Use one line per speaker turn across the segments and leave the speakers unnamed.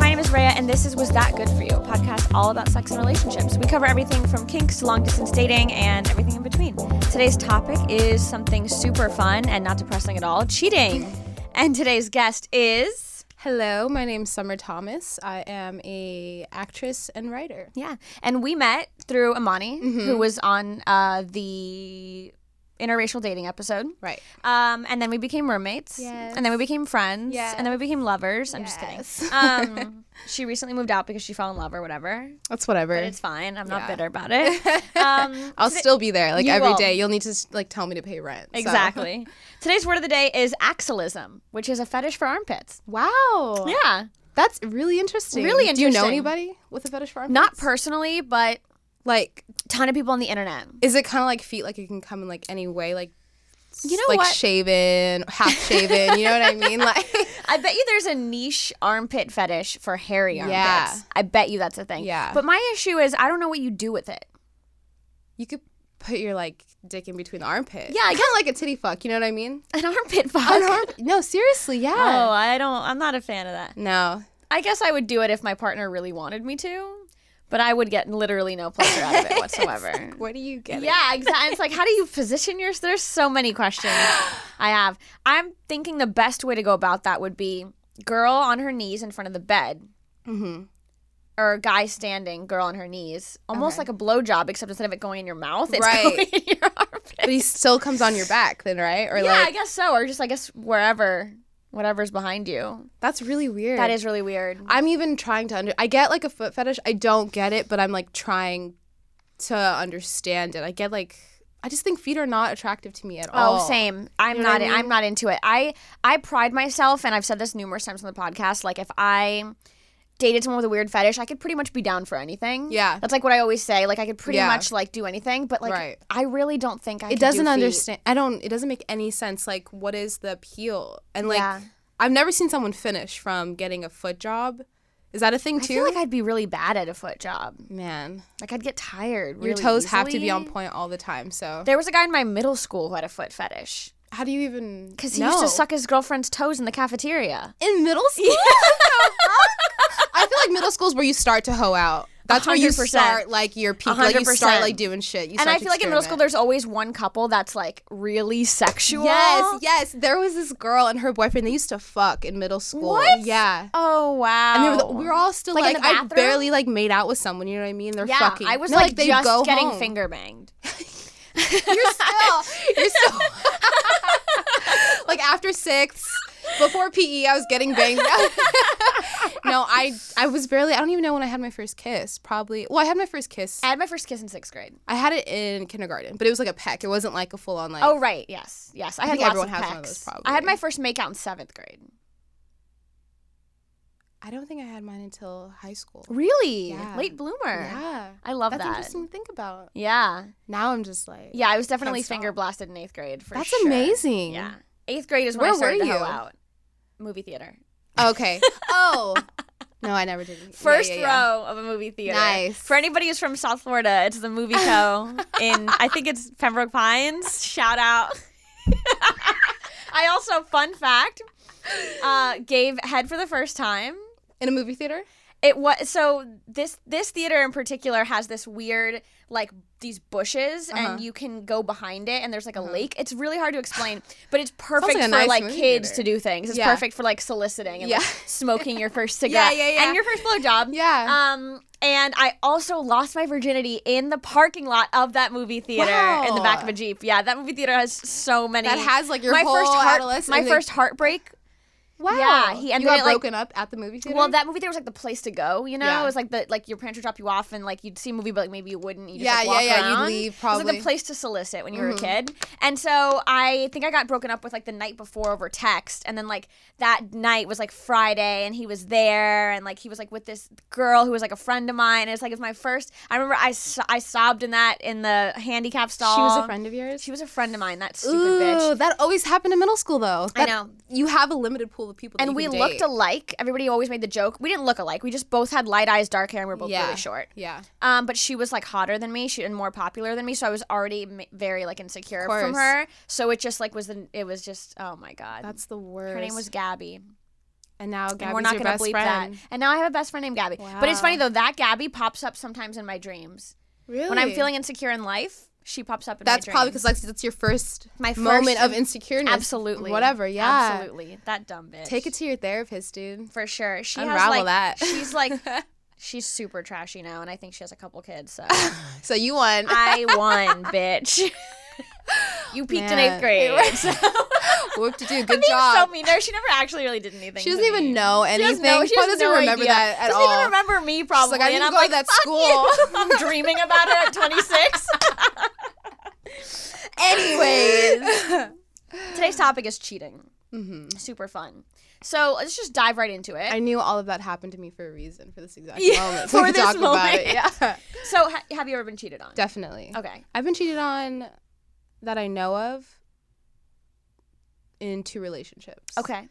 and this is Was That Good For You, a podcast all about sex and relationships. We cover everything from kinks to long distance dating and everything in between. Today's topic is something super fun and not depressing at all cheating. And today's guest is.
Hello, my name's Summer Thomas. I am a actress and writer.
Yeah. And we met through Amani,
Mm-hmm.
who was on uh, the interracial dating episode.
Right.
Um, and then we became roommates. And then we became friends.
Yes.
And then we became lovers. I'm just kidding. Um, she recently moved out because she fell in love or whatever.
That's whatever.
But it's fine. I'm not bitter about it. Um,
I'll still be there like
You
every
will.
day. You'll need to like tell me to pay rent. so.
exactly. Today's word of the day is axillism, which is a fetish for armpits.
Wow.
Yeah.
That's really interesting.
Really
Do you know
interesting.
anybody with a fetish for armpits?
Not personally, but
like
ton of people on the internet.
is it kind of like feet like it can come in like any way like
You know
like
what?
shaven, half shaven, you know what I mean? Like
I bet you there's a niche armpit fetish for hairy armpits.
Yeah.
I bet you that's a thing.
Yeah.
But my issue is I don't know what you do with it.
you could put your like dick in between the armpit.
Yeah, I
kind of like a titty fuck, you know what I mean?
An armpit fuck.
An armpit. No, seriously,
Oh,
yeah.
I don't. I'm not a fan of that.
No.
I guess I would do it if my partner really wanted me to, but I would get literally no pleasure out of it whatsoever.
What do you get?
Yeah, exactly. It's like, how do you position yours? There's so many questions I have. I'm thinking the best way to go about that would be girl on her knees in front of the bed,
Mm-hmm.
or guy standing, girl on her knees, almost like
Okay.
a blowjob, except instead of it going in your mouth, it's
Right.
going in your armpit.
But he still comes on your back then, right? Or
Yeah, I
like
guess so. Or just, I guess, wherever, whatever's behind you.
that's really weird.
That is really weird.
I'm even trying to under I get like a foot fetish. I don't get it, but I'm like trying to understand it. I get like I just think feet are not attractive to me at all.
Oh, same. I'm
You know
not.
what I
I'm not into it. I I pride myself, and I've said this numerous times on the podcast. Like, if I dated someone with a weird fetish, I could pretty much be down for anything.
Yeah.
that's like what I always say. Like, I could pretty
Yeah.
much like do anything, but like,
Right.
I really don't think I.
It
could do
doesn't
feet.
understand. I don't. It doesn't make any sense. Like, what is the appeal? And like,
Yeah.
I've never seen someone finish from getting a foot job. Is that a thing
I
too?
feel like I'd be really bad at a foot job.
Man,
Like, I'd get tired.
your
really
toes have to be
easily.
on point all the time. So
There was a guy in my middle school who had a foot fetish
how do you even?
because he used
know?
to suck his girlfriend's toes in the cafeteria.
in middle school. I feel like middle school is where you start to hoe out. That's where you
100%.
start like your peak. Like you
100%.
start like doing shit. You
And
start
I
to
feel like in middle school,
experiment.
there's always one couple that's like really sexual.
yes, yes. There was this girl and her boyfriend. They used to fuck in middle school.
What?
Yeah.
Oh wow!
And they were the, we were all still
Like
like,
in the
I
bathroom?
barely like made out with someone. You know what I mean? They're
yeah.
fucking.
I was
No,
like,
they
just
go
getting
home.
finger banged.
You're still. You're still. like after six, before PE, I was getting banged. out. no, I I was barely. I don't even know when I had my first kiss. Probably. Well, I had my first kiss.
I had my first kiss in sixth grade.
I had it in kindergarten, but it was like a peck. It wasn't like a full on like.
Oh right, yes, yes. I, had
think
lots
everyone
of
has one of
pecs.
those, probably.
I had my first makeout in seventh grade.
I don't think I had mine until high school.
Really?
Yeah.
Late bloomer.
Yeah,
I love
that's
that.
interesting to think about.
Yeah,
Now I'm just like,
yeah. I was definitely
stop.
finger blasted in eighth grade for
that's
sure.
amazing.
Yeah, eighth grade is when I
Where
started
were
to hoe
you?
out. Movie theater.
Okay. oh. No, I never did. Yeah,
First
yeah, yeah.
row of a movie theater.
Nice.
For anybody who's from South Florida, it's the Movie Co. in I think it's Pembroke Pines. Shout out. I also, fun fact, uh, gave head for the first time.
in a movie theater.
It was so this this theater in particular has this weird like these bushes
Uh-huh.
and you can go behind it and there's like a lake. It's really hard to explain, but it's perfect
like a
for
nice
like
movie
kids
theater.
to do things. It's
Yeah.
perfect for like soliciting and like,
Yeah.
smoking your first
Yeah,
cigarette
yeah, yeah.
and your first blowjob.
Yeah.
Um, and I also lost my virginity in the parking lot of that movie theater in the
Wow.
back of a jeep. Yeah, that movie theater has so many.
that has like your
my
whole
first heart,
adolescence.
my
and then-
first heartbreak.
Wow.
yeah, he- and
you
then it,
got
like-
broken up at the movie theater.
Well, that movie theater was like the place to go. You know,
Yeah.
it was like the like your parents would drop you off and like you'd see a movie, but like maybe you wouldn't. You just,
Yeah,
like,
yeah,
walk
yeah, you'd
around. It
leave,
was like
probably. Mm-hmm.
the place to solicit when you were a kid. And so I think I got broken up with like the night before over text, and then like that night was like Friday, and he was there, and like he was like with this girl who was like a friend of mine. And it's like it's my first. I remember I so- I sobbed in that in the handicap stall.
she was a friend of yours.
She was a friend of mine. That stupid
Ooh,
bitch.
that always happened in middle school though.
I
That-
know.
You have a limited pool of people. that
And
you
we
can
looked
date.
alike. Everybody always made the joke. We didn't look alike. We just both had light eyes, dark hair, and we were both
Yeah.
really short.
Yeah.
Um, but she was like hotter than me, she and more popular than me, so I was already m- very like insecure from
course.
her. So it just like was the it was just oh my god.
That's the worst.
her name was Gabby.
And now Gabby's
And we're not
your
gonna
best
bleep
friend.
that. And now I have a best friend named Gabby. But it's
Wow.
funny though that Gabby pops up sometimes in my dreams
Really?
when I'm feeling insecure in life. She pops up in
That's
my
probably
dreams.
because like that's your first
My
moment
first
of insecurity.
absolutely
Whatever. Yeah.
absolutely that dumb bitch.
Take it to your therapist, dude.
for sure. She has
Unravel
like
that.
she's like she's super trashy now, and I think she has a couple kids. So
So you won.
I won, bitch. you peaked in
Man.
eighth grade. So.
Whoop to do. Good
Being so
job.
mean. No, she never actually really did anything.
she
to
doesn't
me.
even know
She
anything.
doesn't know. She
Probably
has
doesn't
no
remember
idea.
that at
doesn't
all.
even remember me probably.
I
and
didn't
I'm
go to
like,
that
"Fuck
school."
you." I'm dreaming about it at 26. Anyways, today's topic is cheating.
hmm
Super fun. So let's just dive right into it.
I knew all of that happened to me for a reason, for this exact
Yeah,
moment.
for
we could
this
talk about
moment.
it. Yeah.
so, ha- have you ever been cheated on?
Definitely.
Okay.
I've been cheated on that I know of in two relationships.
Okay.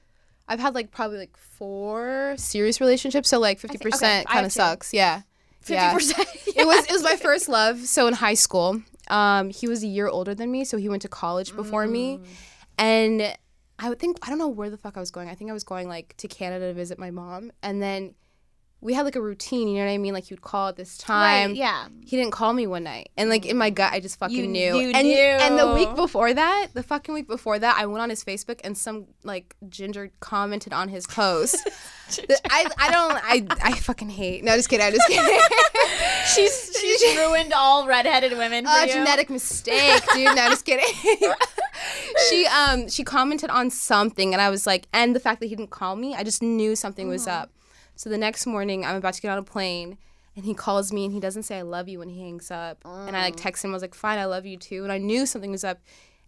I've had like probably like four serious relationships, so like
think-
fifty
okay,
percent
I
kind
have
of
two.
sucks. Yeah.
Fifty
Yeah.
percent.
It was it was my first love. So in high school, um, he was a year older than me, so he went to college before me,
Mm.
and I would think I don't know where the fuck I was going. I think I was going like to Canada to visit my mom, and then we had like a routine. You know what I mean? Like he would call at this
Right,
time.
yeah.
He didn't call me one night, and like in my gut, I just fucking
You-
knew.
you
and
knew.
and the week before that, the fucking week before that, I went on his Facebook, and some like ginger commented on his post. That- I I don't I I fucking hate. No, just kidding. I just kidding.
She's she's ruined all redheaded women for
a
you.
Oh, genetic mistake, dude. No, just kidding. she um she commented on something, and I was like, and the fact that he didn't call me, I just knew something was up. So the next morning, I'm about to get on a plane, and he calls me, and he doesn't say I love you when he hangs up, and I like text him. I was like, fine, I love you too, and I knew something was up.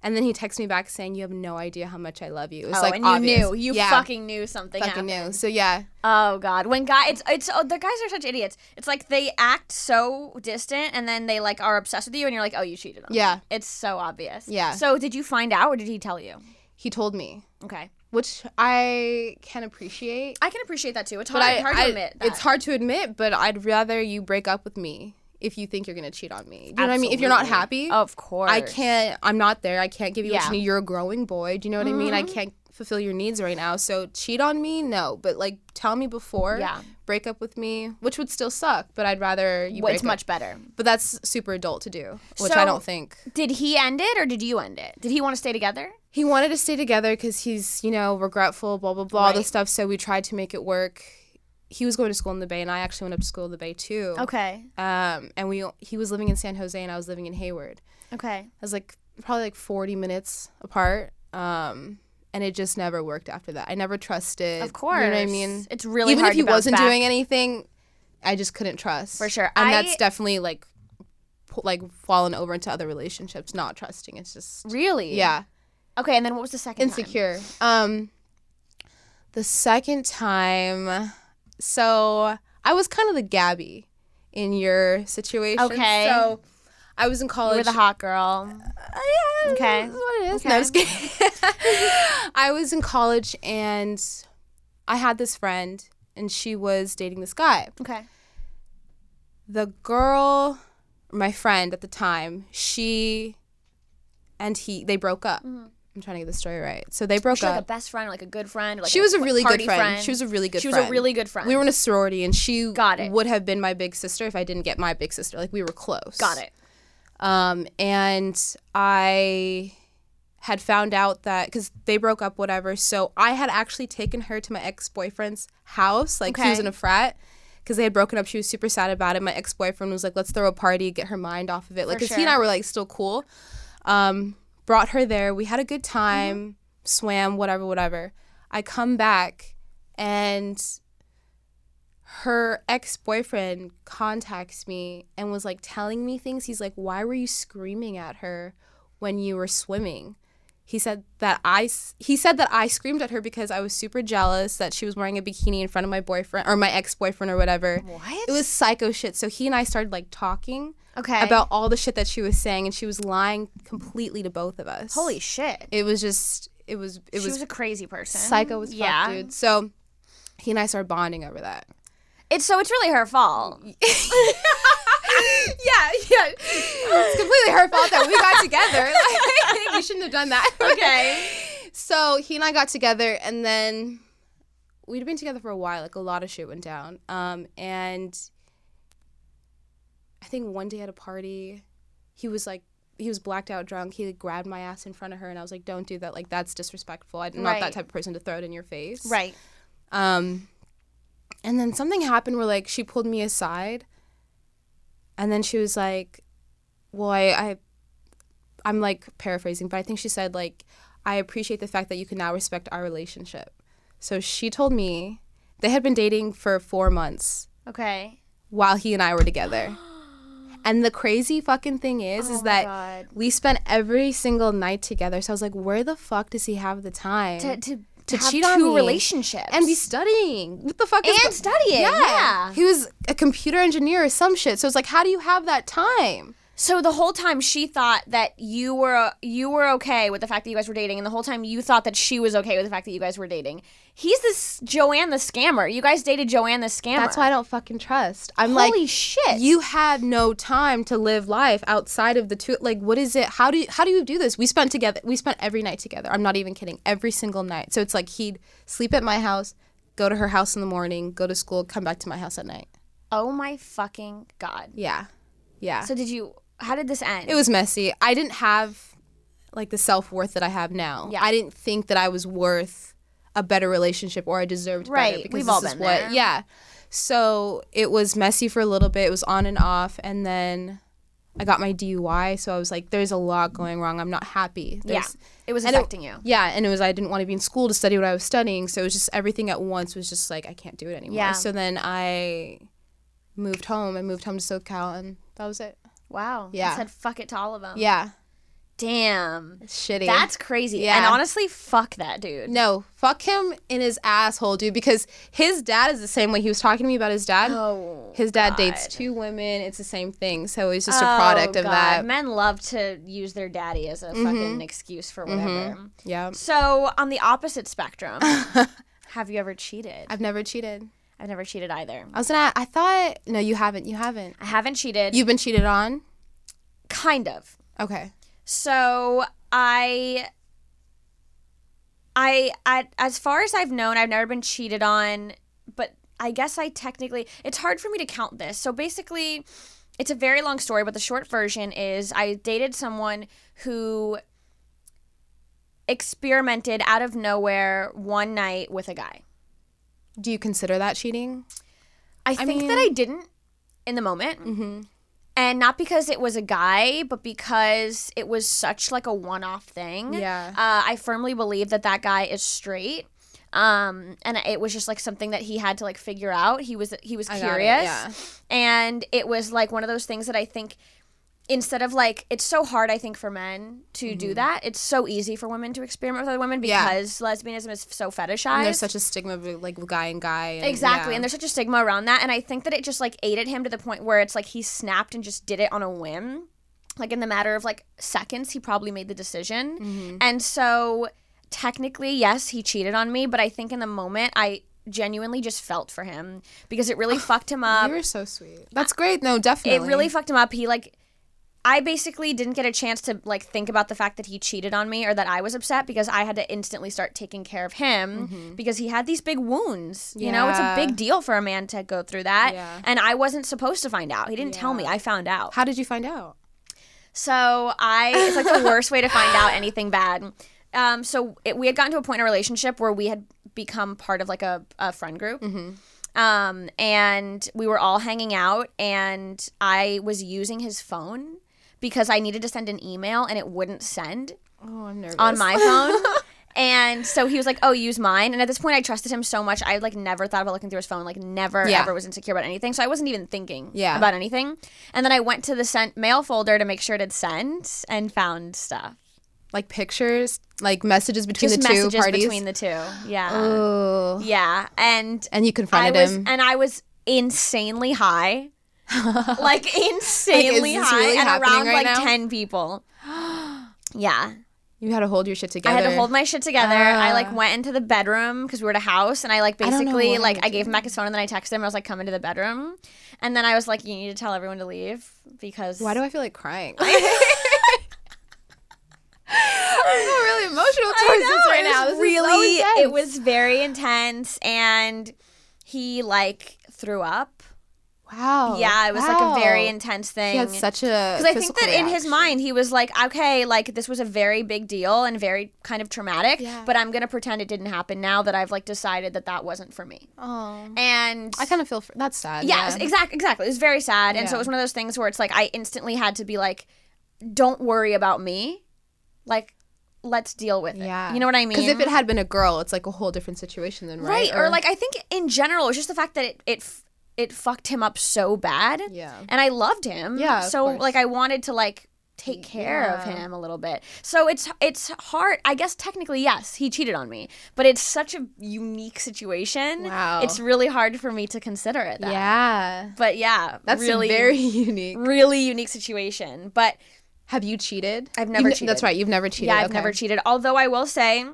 And then he texts me back saying, "You have no idea how much I love you." It was
Oh,
like
and you
obvious.
knew. You
yeah,
fucking knew something.
fucking
happened.
knew. So yeah,
Oh God! When guy, it's it's oh, the guys are such idiots. It's like they act so distant, and then they like are obsessed with you, and you're like, oh, you cheated on me.
Yeah.
It's so obvious.
Yeah.
So did you find out, or did he tell you?
he told me,
Okay,
which I can appreciate.
I can appreciate that too. It's hard,
But I,
hard
I-
to admit. That.
it's hard to admit, but I'd rather you break up with me if you think you're gonna cheat on me. Do you know what I mean? If you're not
Absolutely.
happy,
of course.
I can't. I'm not there. I can't give you what
Yeah. Mm-hmm.
you need. You're a growing boy. Do you know what I mean? I can't fulfill your needs right now. So cheat on me, no. But like, tell me before.
Yeah.
Break up with me, which would still suck, but I'd rather you.
Well,
break
it's
up.
much better.
But that's super adult to do, which
So-
I don't think.
Did he end it, or did you end it? Did he want to stay together?
He wanted to stay together because he's, you know, regretful, blah, blah, blah, all
Right.
this stuff. So we tried to make it work. He was going to school in the Bay, and I actually went up to school in the Bay too.
Okay.
um, and we he was living in San Jose and I was living in Hayward.
Okay.
I was like probably like forty minutes apart, um, and it just never worked after that. I never trusted.
Of course.
you know what I mean.
It's really
Even
hard
if he
to bounce
wasn't
back.
doing anything, I just couldn't trust
For sure.
And
I-
that's definitely like pu- like fallen over into other relationships, not trusting. It's just
Really?
yeah,
Okay. And then what was the second? time?
insecure. Um, the second time, so I was kind of the Gabby in your situation.
Okay.
so I was in
You
college. Uh,
were the hot girl.
Yeah,
Okay.
that's what it is. No, I'm just kidding. I was in college and I had this friend, and she was dating this guy.
Okay.
The girl, my friend at the time, she and he they broke up. I'm trying to get the story right. So they
Mm-hmm.
broke
She like a
up.
best friend, or like a good friend. or, Like
she was a really good
party
friend. She was a really good
She was
friend.
a really good friend.
We were in a sorority and she
Got it.
would have been my big sister if I didn't get my big sister. Like we were close.
got it.
Um, and I had found out that because they broke up, whatever. So I had actually taken her to my ex boyfriend's house. Like he was
Okay.
in a frat because they had broken up. She was super sad about it. My ex boyfriend was like, let's throw a party, get her mind off of it. Like, because he and I
sure.
were like still cool. Um, brought her there. We had a good time,
Mm-hmm.
swam, whatever, whatever. I come back and her ex boyfriend contacts me and was like telling me things. He's like, Why were you screaming at her when you were swimming? He said that I s- he said that I screamed at her because I was super jealous that she was wearing a bikini in front of my boyfriend or my ex-boyfriend or whatever.
What?
It was psycho shit. So he and I started like talking
Okay.
about all the shit that she was saying and she was lying completely to both of us.
holy shit.
It was just it was it
she
was,
was a crazy person.
psycho as fuck,
Um, Yeah.
dude. So he and I started bonding over that.
It's so it's really her fault.
yeah, yeah. It's completely her fault that we got together. Like, we shouldn't have done that.
Okay.
So he and I got together, and then we'd been together for a while. Like a lot of shit went down. Um, and I think one day at a party, he was like, he was blacked out drunk. He like, grabbed my ass in front of her, and I was like, "Don't do that. Like that's disrespectful. I'm not
Right.
that type of person to throw it in your face."
Right.
Um, and then something happened where like she pulled me aside, and then she was like, "Well, I, I I'm like paraphrasing, but I think she said like, I appreciate the fact that you can now respect our relationship." So she told me they had been dating for four months
Okay.
while he and I were together. And the crazy fucking thing is, is that
Oh God.
we spent every single night together. So I was like, where the fuck does he have the time
To to,
to
have
cheat
two
on me
relationships
and be studying? What the fuck is
And
go-
studying, yeah.
he was a computer engineer or some shit. So it's like, how do you have that time?
So the whole time she thought that you were you were okay with the fact that you guys were dating, and the whole time you thought that she was okay with the fact that you guys were dating. He's this Joanne the scammer. You guys dated Joanne the scammer.
That's why I don't fucking trust. I'm
Holy
like,
shit!
you had no time to live life outside of the two. Like, what is it? How do you, how do you do this? We spent together. We spent every night together. I'm not even kidding. Every single night. So it's like he'd sleep at my house, go to her house in the morning, go to school, come back to my house at night.
oh my fucking god!
Yeah, yeah.
So did you? How did this end?
it was messy. I didn't have like the self worth that I have now.
Yeah.
I didn't think that I was worth a better relationship or I deserved
Right.
better.
We've all
this is
been
what-
there.
Yeah. So it was messy for a little bit. It was on and off, and then I got my DUI. So I was like, "There's a lot going wrong. I'm not happy."
yeah,
There's-
it was
and it-
affecting you.
Yeah, and it was I didn't want to be in school to study what I was studying, so it was just everything at once was just like I can't do it anymore.
Yeah.
So then I moved home. I moved home to SoCal, and that was it.
Wow. You
Yeah.
said fuck it to all of them.
Yeah,
Damn.
shitty.
That's crazy.
Yeah.
And honestly, fuck that dude.
No, fuck him in his asshole, dude, because his dad is the same way. He was talking to me about his dad.
Oh,
his dad dates
God.
two women. It's the same thing. So it's just
Oh,
a product of
God.
that. Mm-hmm.
Men love to use their daddy as a fucking excuse for whatever.
Yeah.
So, on the opposite spectrum, have you ever cheated?
I've never cheated.
I've never cheated either.
I was gonna, I thought, no, you haven't. You haven't.
I haven't cheated.
You've been cheated on?
kind of.
Okay.
So, I I, I as far as I've known, I've never been cheated on, but I guess I technically it's hard for me to count this. So basically, it's a very long story, but the short version is I dated someone who experimented out of nowhere one night with a guy.
Do you consider that cheating?
I think that I didn't in the moment.
Mm-hmm.
And not because it was a guy, but because it was such like a one-off thing.
Yeah.
Uh, I firmly believe that that guy is straight. Um, and it was just like something that he had to like figure out. He was he was
got it,
curious.
yeah.
And it was like one of those things that I think instead of like it's so hard I think for men to do that. It's so easy for women to experiment with other women
Mm-hmm. Yeah.
because lesbianism is so fetishized.
And there's such a stigma of like guy and guy. And,
Exactly.
Mm, yeah.
And there's such a stigma around that. And I think that it just like ate at him to the point where it's like he snapped and just did it on a whim. Like in the matter of like seconds, he probably made the decision. And so technically, yes, he cheated on me. But I think in the moment, I genuinely just felt for him because it really fucked him up.
you were so sweet. That's great. No, definitely.
It really fucked him up. He like I basically didn't get a chance to like think about the fact that he cheated on me or that I was upset because I had to instantly start taking care of him because he had these big wounds. You know, it's a
Mm-hmm. Yeah.
big deal for a man to go through that.
Yeah.
And I wasn't supposed to find out. He didn't tell me. I found out.
How did you find out?
So I, it's like the worst way to find out anything bad. Um, so it, we had gotten to a point in a relationship where we had become part of like a, a friend group. Um, and we were all hanging out, and I was using his phone because I needed to send an email and it wouldn't send
Oh, I'm nervous.
on my phone. and so he was like, "Oh, use mine." And at this point, I trusted him so much, I like never thought about looking through his phone. Like never
Yeah.
ever was insecure about anything. So I wasn't even thinking
Yeah.
about anything. And then I went to the sent mail folder to make sure it had sent, and found stuff.
like pictures, like messages between
Just
the two
messages
parties.
between the two. Yeah,
oh.
yeah. And
And you
I
confronted
was
him.
and I was insanely high. like insanely
this
high
really
and
happening
around
right
like
now?
10 people. yeah.
You had to hold your shit together.
I had to hold my shit together. I like
Ah.
went into the bedroom because we were at a house, and I like
I don't know
basically
what I
like
would
I gave him back his phone, and then I texted him. I was like, "Come into the bedroom," and then I was like, "You need to tell everyone to leave because
Why do I feel like crying? I'm really emotional towards this right now. This
really,
is so
it
intense.
was very intense, and he like threw up.
wow.
yeah, it was like a very
wow.
intense
He
thing.
had such a.
Because I think that in his mind he was like, okay, like this was a very big deal and very kind of traumatic,
Yeah.
but I'm gonna pretend it didn't happen now that I've like decided that that wasn't for me.
Oh.
And
I kind of feel for, that's sad.
yes,
yeah.
exactly, exactly. It was very sad, and so
Yeah.
it was one of those things where it's like I instantly had to be like, don't worry about me, like let's deal with it.
Yeah.
you know what I mean?
Because if it had been a girl, it's like a whole different situation then, right?
right, or, like I think in general, it's just the fact that it it f- it fucked him up so bad.
Yeah.
and I loved him.
Yeah, of
So
course.
like I wanted to like take care of
Yeah.
him a little bit. So it's it's hard. I guess technically yes, he cheated on me, but it's such a unique situation.
Wow.
It's really hard for me to consider it. That.
Yeah.
But yeah,
That's
really
very unique.
really unique situation. But
Have you cheated?
I've
You
never
kn-
cheated.
That's right. You've never cheated.
yeah, I've
okay.
never cheated. Although I will say,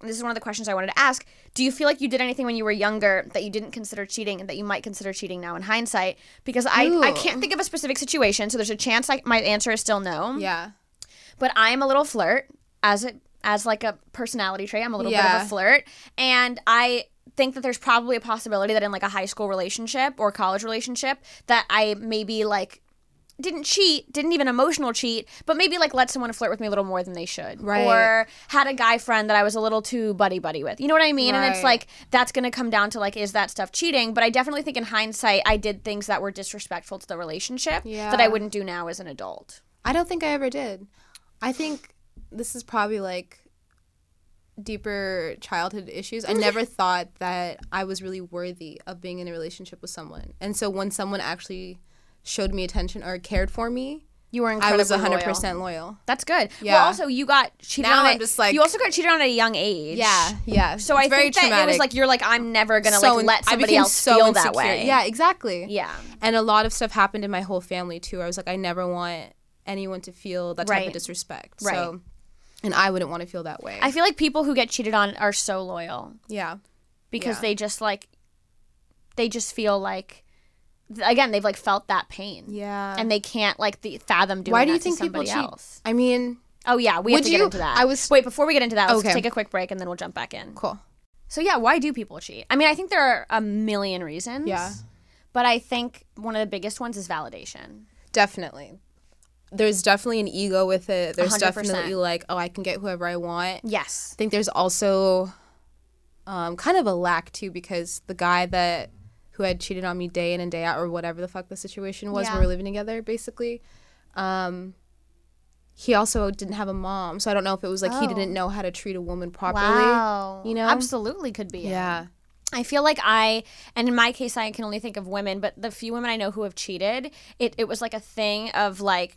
this is one of the questions I wanted to ask. Do you feel like you did anything when you were younger that you didn't consider cheating and that you might consider cheating now in hindsight? Because I, I
Ooh.
can't think of a specific situation, so there's a chance I, my answer is still no.
Yeah.
But I'm a little flirt as it as like a personality trait. I'm a little bit of
Yeah.
a flirt, and I think that there's probably a possibility that in like a high school relationship or college relationship that I maybe like didn't cheat, didn't even emotional cheat, but maybe like let someone flirt with me a little more than they should.
Right.
Or had a guy friend that I was a little too buddy buddy with. You know what I mean? And it's
Right.
like that's gonna come down to like, is that stuff cheating? But I definitely think in hindsight I did things that were disrespectful to the relationship that I
Yeah.
wouldn't do now as an adult.
I don't think I ever did. I think this is probably like deeper childhood issues. I never thought that I was really worthy of being in a relationship with someone. And so when someone actually showed me attention or cared for me,
You were
I
incredibly
was
loyal.
100% loyal.
That's good. Well,
Yeah.
also you got cheated
Now
on.
I'm
at,
just like-
you also got cheated on at a young age.
Yeah, yeah.
So I think that it was like you're like I'm never gonna like
in-
let
I
somebody
became
else feel that way.
Yeah, exactly.
Yeah.
And a lot of stuff happened in my whole family too. I was like, I never want anyone to feel that type
Right.
of disrespect.
Right.
So, and I wouldn't want to feel that way.
I feel like people who get cheated on are so loyal
yeah.
because
Yeah.
they just like they just feel like th- again they've like felt that pain.
Yeah.
And they can't like the, fathom doing
why do
that
you
to
think
somebody
people cheat?
else.
I mean,
Oh yeah, we have
Would
to get
you-
into that.
I was-
wait before we get into that. Let's
Okay.
take a quick break and then we'll jump back in.
cool.
So yeah, why do people cheat? I mean, I think there are a million reasons.
Yeah.
But I think one of the biggest ones is validation.
Definitely. There's definitely an ego with it. There's
100%.
definitely like, oh, I can get whoever I want.
Yes.
I think there's also um, kind of a lack too because the guy that who had cheated on me day in and day out or whatever the fuck the situation was
Yeah.
we were living together basically um, he also didn't have a mom so i don't know if it was like he
Oh.
didn't know how to treat a woman properly
Wow.
you know?
absolutely could be. it.
yeah
I feel like I, and in my case, I can only think of women, but the few women I know who have cheated, it, it was like a thing of like,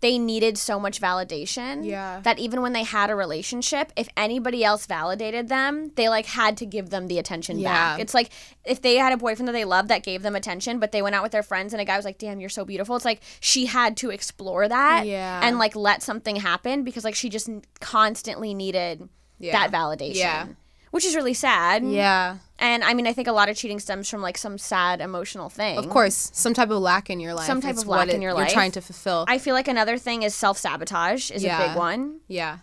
they needed so much validation
Yeah.
that even when they had a relationship, if anybody else validated them, they like had to give them the attention back.
Yeah.
It's like if they had a boyfriend that they loved that gave them attention, but they went out with their friends and a guy was like, "Damn, you're so beautiful." It's like she had to explore that
Yeah.
and like let something happen because like she just n- constantly needed
Yeah.
that validation.
Yeah.
Which is really sad.
yeah
And I mean, I think a lot of cheating stems from like some sad emotional thing.
of course some type of lack in your
Mm.
life
Some type
It's
of
what
lack in
it-
your
you're
life.
trying to fulfill
I feel like another thing is self sabotage is a
Yeah.
big one.
yeah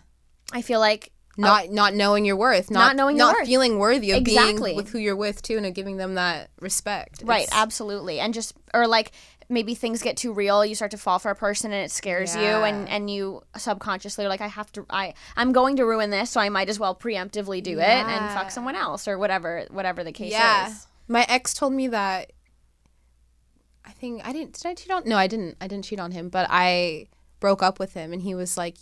I feel like
not not knowing your worth, not,
Oh. knowing your
not
worth.
feeling worthy of
Exactly.
being with who you're with too, and giving them that respect.
right,
It's-
absolutely, and just or like maybe things get too real. You start to fall for a person, and it scares you,
Yeah.
and and you subconsciously are like, I have to, I I'm going to ruin this, so I might as well preemptively do it and fuck
Yeah.
someone else or whatever whatever the case
yeah.
is.
My ex told me that. I think I didn't. Did I cheat on? No, I didn't. I didn't cheat on him, but I broke up with him, and he was like,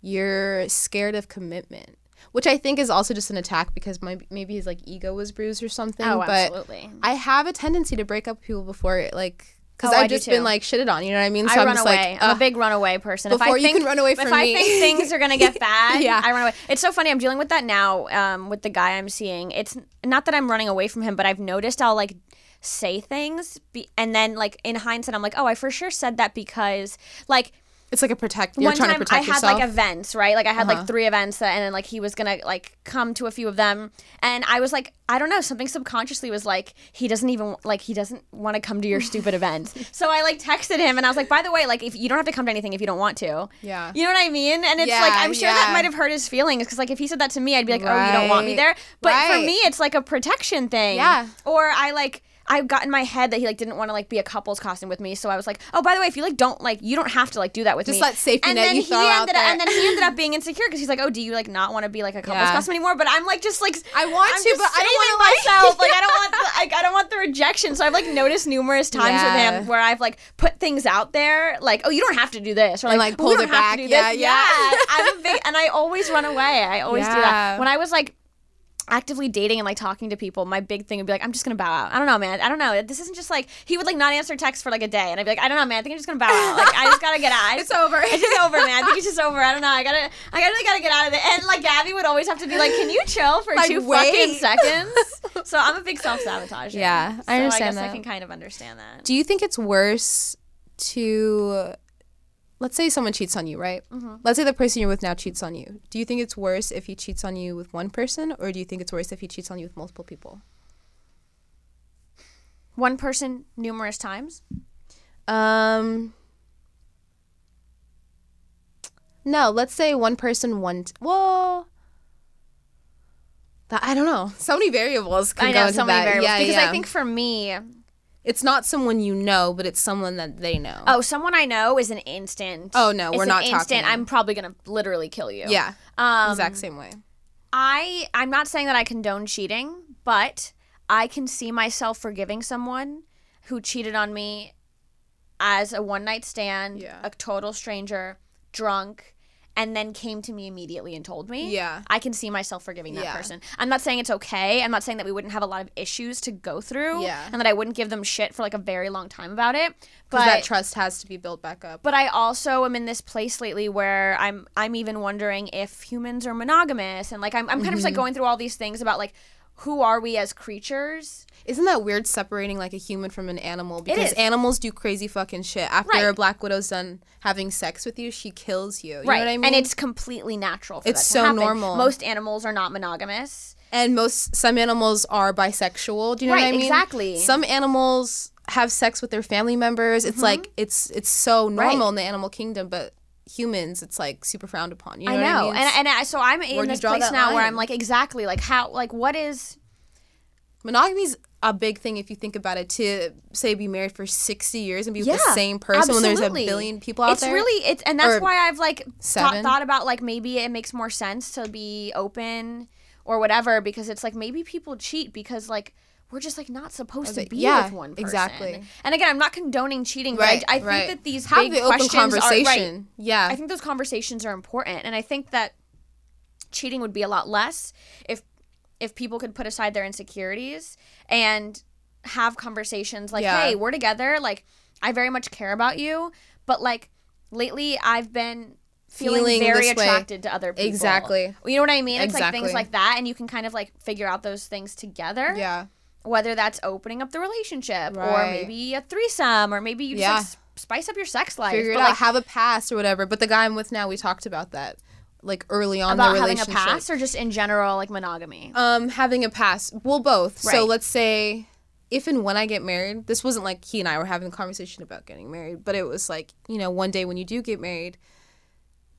"You're scared of commitment." Which I think is also just an attack because my, maybe his like ego was bruised or something.
Oh,
but
absolutely.
I have a tendency to break up with people before like because
Oh, I
I've
do
just been
too.
like shitted on. You know what I mean?
I
I'm
run
just
away.
like,
I'm a
"Ugh,
big runaway person. if I
before you
think,
can run away
if
from
I
me."
think things are gonna get bad,
Yeah.
I run away. It's so funny. I'm dealing with that now um, with the guy I'm seeing. It's n- not that I'm running away from him, but I've noticed I'll like say things, be- and then like in hindsight, I'm like, oh, I for sure said that because like.
It's like a protect. You're
one
trying
time
to
I
protect
had
yourself.
like events, right? Like I had
Uh-huh.
like three events, that, and then like he was gonna like come to a few of them, and I was like, I don't know, something subconsciously was like, he doesn't even like he doesn't want to come to your stupid events. So I like texted him, and I was like, by the way, like if you don't have to come to anything if you don't want to,
Yeah.
you know what I mean? And it's
Yeah,
like I'm sure that
yeah.
might have hurt his feelings because like if he said that to me, I'd be like, oh, you don't want me
Right.
there. But for
Right.
me, it's like a protection thing.
Yeah.
Or I like I got in my head that he like didn't want to like be a couple's costume with me, so I was like, oh, by the way, if you like don't like you don't have to like do that with
Just
me.
that safety
and
net
then
you
he
throw
ended
out
up,
there.
And then he ended up being insecure because he's like, oh, do you like not want to be like a couple's
Yeah.
costume anymore? But I'm like just like
I want
I'm
to,
just
but I don't want
saving
to
myself. Like I don't want the, like I don't want the rejection. So I've like noticed numerous times
Yeah.
with him where I've like put things out there, like oh you don't have to do this, or like,
And, like,
well, we
pulled
don't
it
have
back.
To do
Yeah,
this.
yeah.
I'm a big, and I always run away. I always do
Yeah.
that when I was like. Actively dating and like talking to people, my big thing would be like, I'm just gonna bow out. I don't know, man. I don't know. This isn't just like he would like not answer texts for like a day, and I'd be like, I don't know, man. I think I'm just gonna bow out. Like I just gotta get out. I
It's
just-
over.
it's just over, man. I think it's just over. I don't know. I gotta, I gotta, gotta get out of it. And like Gabby would always have to be like, "Can you chill for
Like,
two fucking
wait.
seconds?" So I'm a big self sabotager.
Yeah,
so I
I
guess
understand
I
that.
can kind of understand that.
Do you think it's worse to, let's say someone cheats on you, right? Let's say the person you're with now cheats on you. Do you think it's worse if he cheats on you with one person, or do you think it's worse if he cheats on you with multiple people?
One person, numerous times.
Um. No, let's say one person, one. T- well, that, I don't know. So many variables can
I
go
know
into
so many
that.
variables
Yeah,
because
yeah.
I think for me,
it's not someone you know, but it's someone that they know.
oh, someone I know is an instant.
Oh, no,
It's
we're
an
not
instant.
talking.
I'm probably gonna literally kill you.
yeah,
Um,
exact same way.
I I'm not saying that I condone cheating, but I can see myself forgiving someone who cheated on me as a one night stand,
Yeah.
a total stranger, drunk, and then came to me immediately and told me.
Yeah.
I can see myself forgiving that
Yeah.
person. I'm not saying it's okay. I'm not saying that we wouldn't have a lot of issues to go through
Yeah.
and that I wouldn't give them shit for like a very long time about it. But
Because that trust has to be built back up.
but I also am in this place lately where I'm I'm even wondering if humans are monogamous and like I'm I'm kind of just like
Mm-hmm.
going through all these things about like who are we as creatures?
Isn't that weird separating like a human from an animal?
is.
Because animals do crazy fucking shit. After
Right.
a black widow's done having sex with you, she kills you. You know what I mean?
And it's completely natural for
It's
that to
so
happen.
normal.
Most animals are not monogamous.
and most some animals are bisexual. Do you know
Right,
what I mean?
exactly.
Some animals have sex with their family members. It's like it's it's so normal
Mm-hmm. Right.
in the animal kingdom, but humans, it's like super frowned upon. You know,
I
what I
know.
mean?
And
It's-
and I, so I'm in
Where do you
this
draw
place
that
now where
line?
I'm like exactly like how like what is
monogamy's a big thing if you think about it. To say be married for sixty years and be with
Yeah,
the same person when there's a
absolutely.
billion people out
it's
there.
really it's and that's
Or
why I've like thought,
seven.
thought about like maybe it makes more sense to be open or whatever because it's like maybe people cheat because like we're just like not supposed to
they-
be
yeah,
with one person.
exactly.
And again, I'm not condoning cheating,
right.
but I, I think
right.
that these
have
big
the open
questions
conversation.
are right.
Yeah,
I think those conversations are important, and I think that cheating would be a lot less if if people could put aside their insecurities and have conversations like,
Yeah.
"Hey, we're together. Like, I very much care about you, but like lately, I've been." Feeling,
Feeling
very
this way.
attracted to other people.
Exactly.
You know what I mean? It's like
Exactly.
things like that, and you can kind of like figure out those things together.
yeah,
Whether that's opening up the relationship, or
Right.
maybe a threesome, or maybe you just
Yeah.
like, s- spice up your sex life.
figure it
But,
out.
like,
have a past or whatever. But the guy I'm with now, we talked about that like early on in
about
the
having a
relationship.
past or just in general like monogamy
Um, having a past. Well, both.
Right.
So let's say if and when I get married, this wasn't like he and I were having a conversation about getting married, but it was like, you know, one day when you do get married,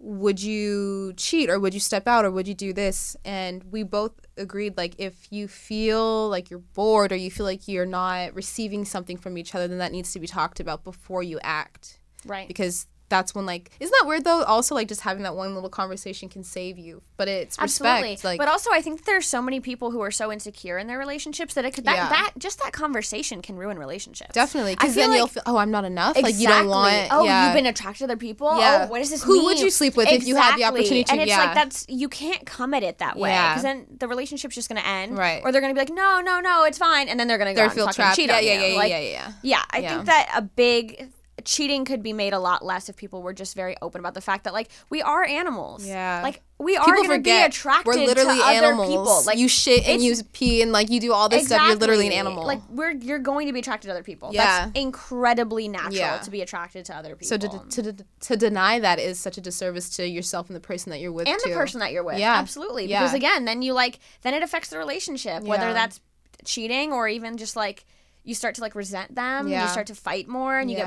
would you cheat or would you step out or would you do this? And we both agreed like if you feel like you're bored or you feel like you're not receiving something from each other, then that needs to be talked about before you act
right
because that's when like isn't that weird though also like just having that one little conversation can save you but it's respect
absolutely
like
but also i think there's so many people who are so insecure in their relationships that it could that,
Yeah.
that just that conversation can ruin relationships
Definitely,
I
because
feel
then you'll
like-
feel, oh, I'm not enough.
Exactly.
Like you don't want.
Oh,
yeah.
you've been attracted to other people.
Yeah.
Oh, what does this mean?
Who would you sleep with if you had the
Exactly.
opportunity to?
And it's
Yeah.
like that's you can't come at it that way
Yeah.
because then the relationship's just going to end.
Right.
Or they're going to be like, no, no, no, it's fine, and then they're going to go
They
out and
feel
fucking
trapped.
cheat
Yeah,
on
yeah,
you.
yeah,
Like,
yeah, yeah, yeah.
Yeah, I
Yeah.
think that a big cheating could be made a lot less if people were just very open about the fact that like we are animals.
Yeah.
Like we are going to be attracted
we're literally
to
animals.
other people. Like
you shit and you
it's-
pee and like you do all this stuff. You're literally an
Exactly.
animal.
Like we're you're going to be attracted to other people.
Yeah.
That's incredibly natural
Yeah.
to be attracted to other people.
so to, to, to, to deny that is such a disservice to yourself and the person that you're with.
and
too.
the person that you're with.
Yeah.
Absolutely.
Yeah.
Because again, then you like then it affects the relationship,
Yeah.
whether that's cheating or even just like you start to like resent them,
Yeah.
you start to fight more and you
Yeah.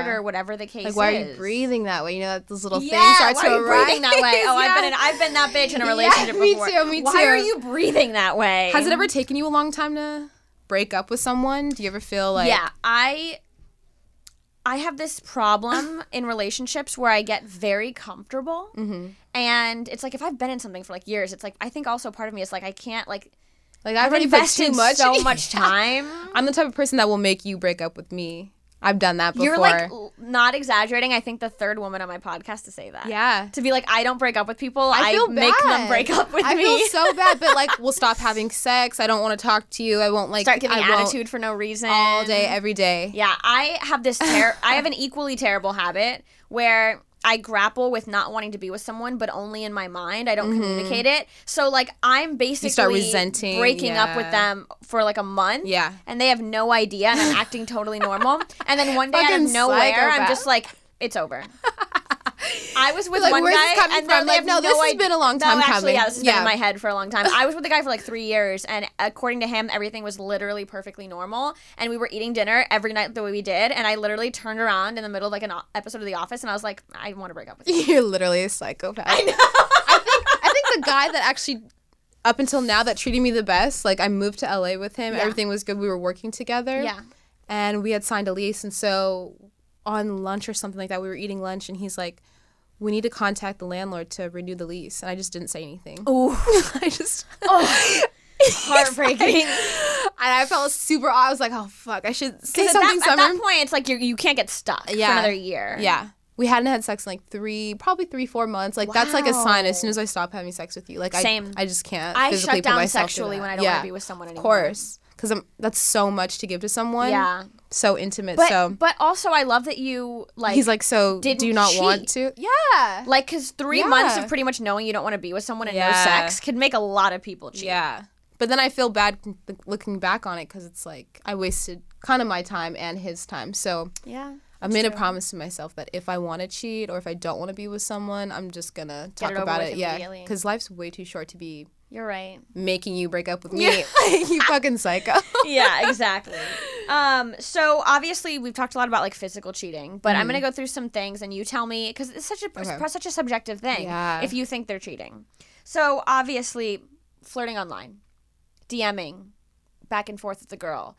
get bored or whatever the case
Like, why are
is.
you breathing that way? You know, that those little
Yeah,
things start
why
to
are you breathing that way?
arise.
Oh, I've been
Yeah.
in, I've been that bitch in a
Yeah,
relationship
me
before.
too, me
Why are
too.
you breathing that way?
Has it ever taken you a long time to break up with someone? Do you ever feel like
yeah, I I have this problem in relationships where I get very comfortable,
Mm-hmm.
and it's like if I've been in something for like years, it's like I think also part of me is like I can't like
like I've, already put
invested
too much?
so much time.
I'm the type of person that will make you break up with me. I've done that before.
You're like l- not exaggerating. I think the third woman on my podcast to say that.
yeah.
To be like, I don't break up with people. I,
feel
make
bad.
them break up with
I
me.
feel so bad, but like we'll stop having sex. I don't want to talk to you. I won't like
Start giving
I won't
attitude for no reason.
all day, every day.
Yeah, I have this ter- I have an equally terrible habit where I grapple with not wanting to be with someone, but only in my mind. I don't communicate it. So like I'm basically
Mm-hmm. resenting,
breaking up with
yeah.
them for like a month.
Yeah.
And they have no idea and I'm acting totally normal. And then one day out
Fucking
of nowhere, I'm
psychopath.
just like, it's over. I was with
Like,
one
where's this
guy,
coming
and now
from?
they
Like,
have
no,
no,
this has
id-
been a long
No,
time
actually,
coming.
Yeah, this has
Yeah.
been in my head for a long time. I was with the guy for like three years, and according to him, everything was literally perfectly normal. And we were eating dinner every night the way we did, and I literally turned around in the middle of like an o- episode of The Office, and I was like, I want to break up with you.
You're literally a psychopath. I know. think I think the guy that actually up until now that treated me the best, like I moved to LA with him.
Yeah.
Everything was good. We were working together.
Yeah.
And we had signed a lease and so on lunch or something like that, we were eating lunch and he's like, We need to contact the landlord to renew the lease and I just didn't say anything.
Ooh,
I just
heartbreaking.
and I felt super aw- I was like, Oh fuck, I should say
'Cause
something
at, that, at
summer.
that point, it's like you you can't get stuck
Yeah.
for another year.
Yeah. We hadn't had sex in like three, probably three, four months. Like that's like a sign. As
Wow.
soon as I stop having sex with you, like
Same.
I, I just can't.
I
physically
shut
put
down
myself through
sexually
that.
when I don't
yeah.
want to be with someone
Of
anymore.
course, because that's so much to give to someone.
Yeah.
so intimate.
But
so
but also, I love that you like
he's like, so do you
didn't
not want to?
cheat.
Yeah,
Like, because three months
Yeah.
of pretty much knowing you don't want to be with someone and no
Yeah.
sex could make a lot of people cheat.
yeah. But then I feel bad con- looking back on it because it's like I wasted kind of my time and his time. So
Yeah.
I made a promise to myself that if I want to cheat or if I don't want to be with someone, I'm just gonna talk
it over
about
with
it. Yeah,
immediately.
because life's way too short to be
You're right.
making you break up with me. you fucking psycho.
yeah, exactly. Um, so obviously we've talked a lot about like physical cheating, but I'm gonna go through some things and you tell me because it's such a it's
Mm-hmm. Okay.
such a subjective thing.
Yeah.
If you think they're cheating, so obviously flirting online, DMing, back and forth with the girl,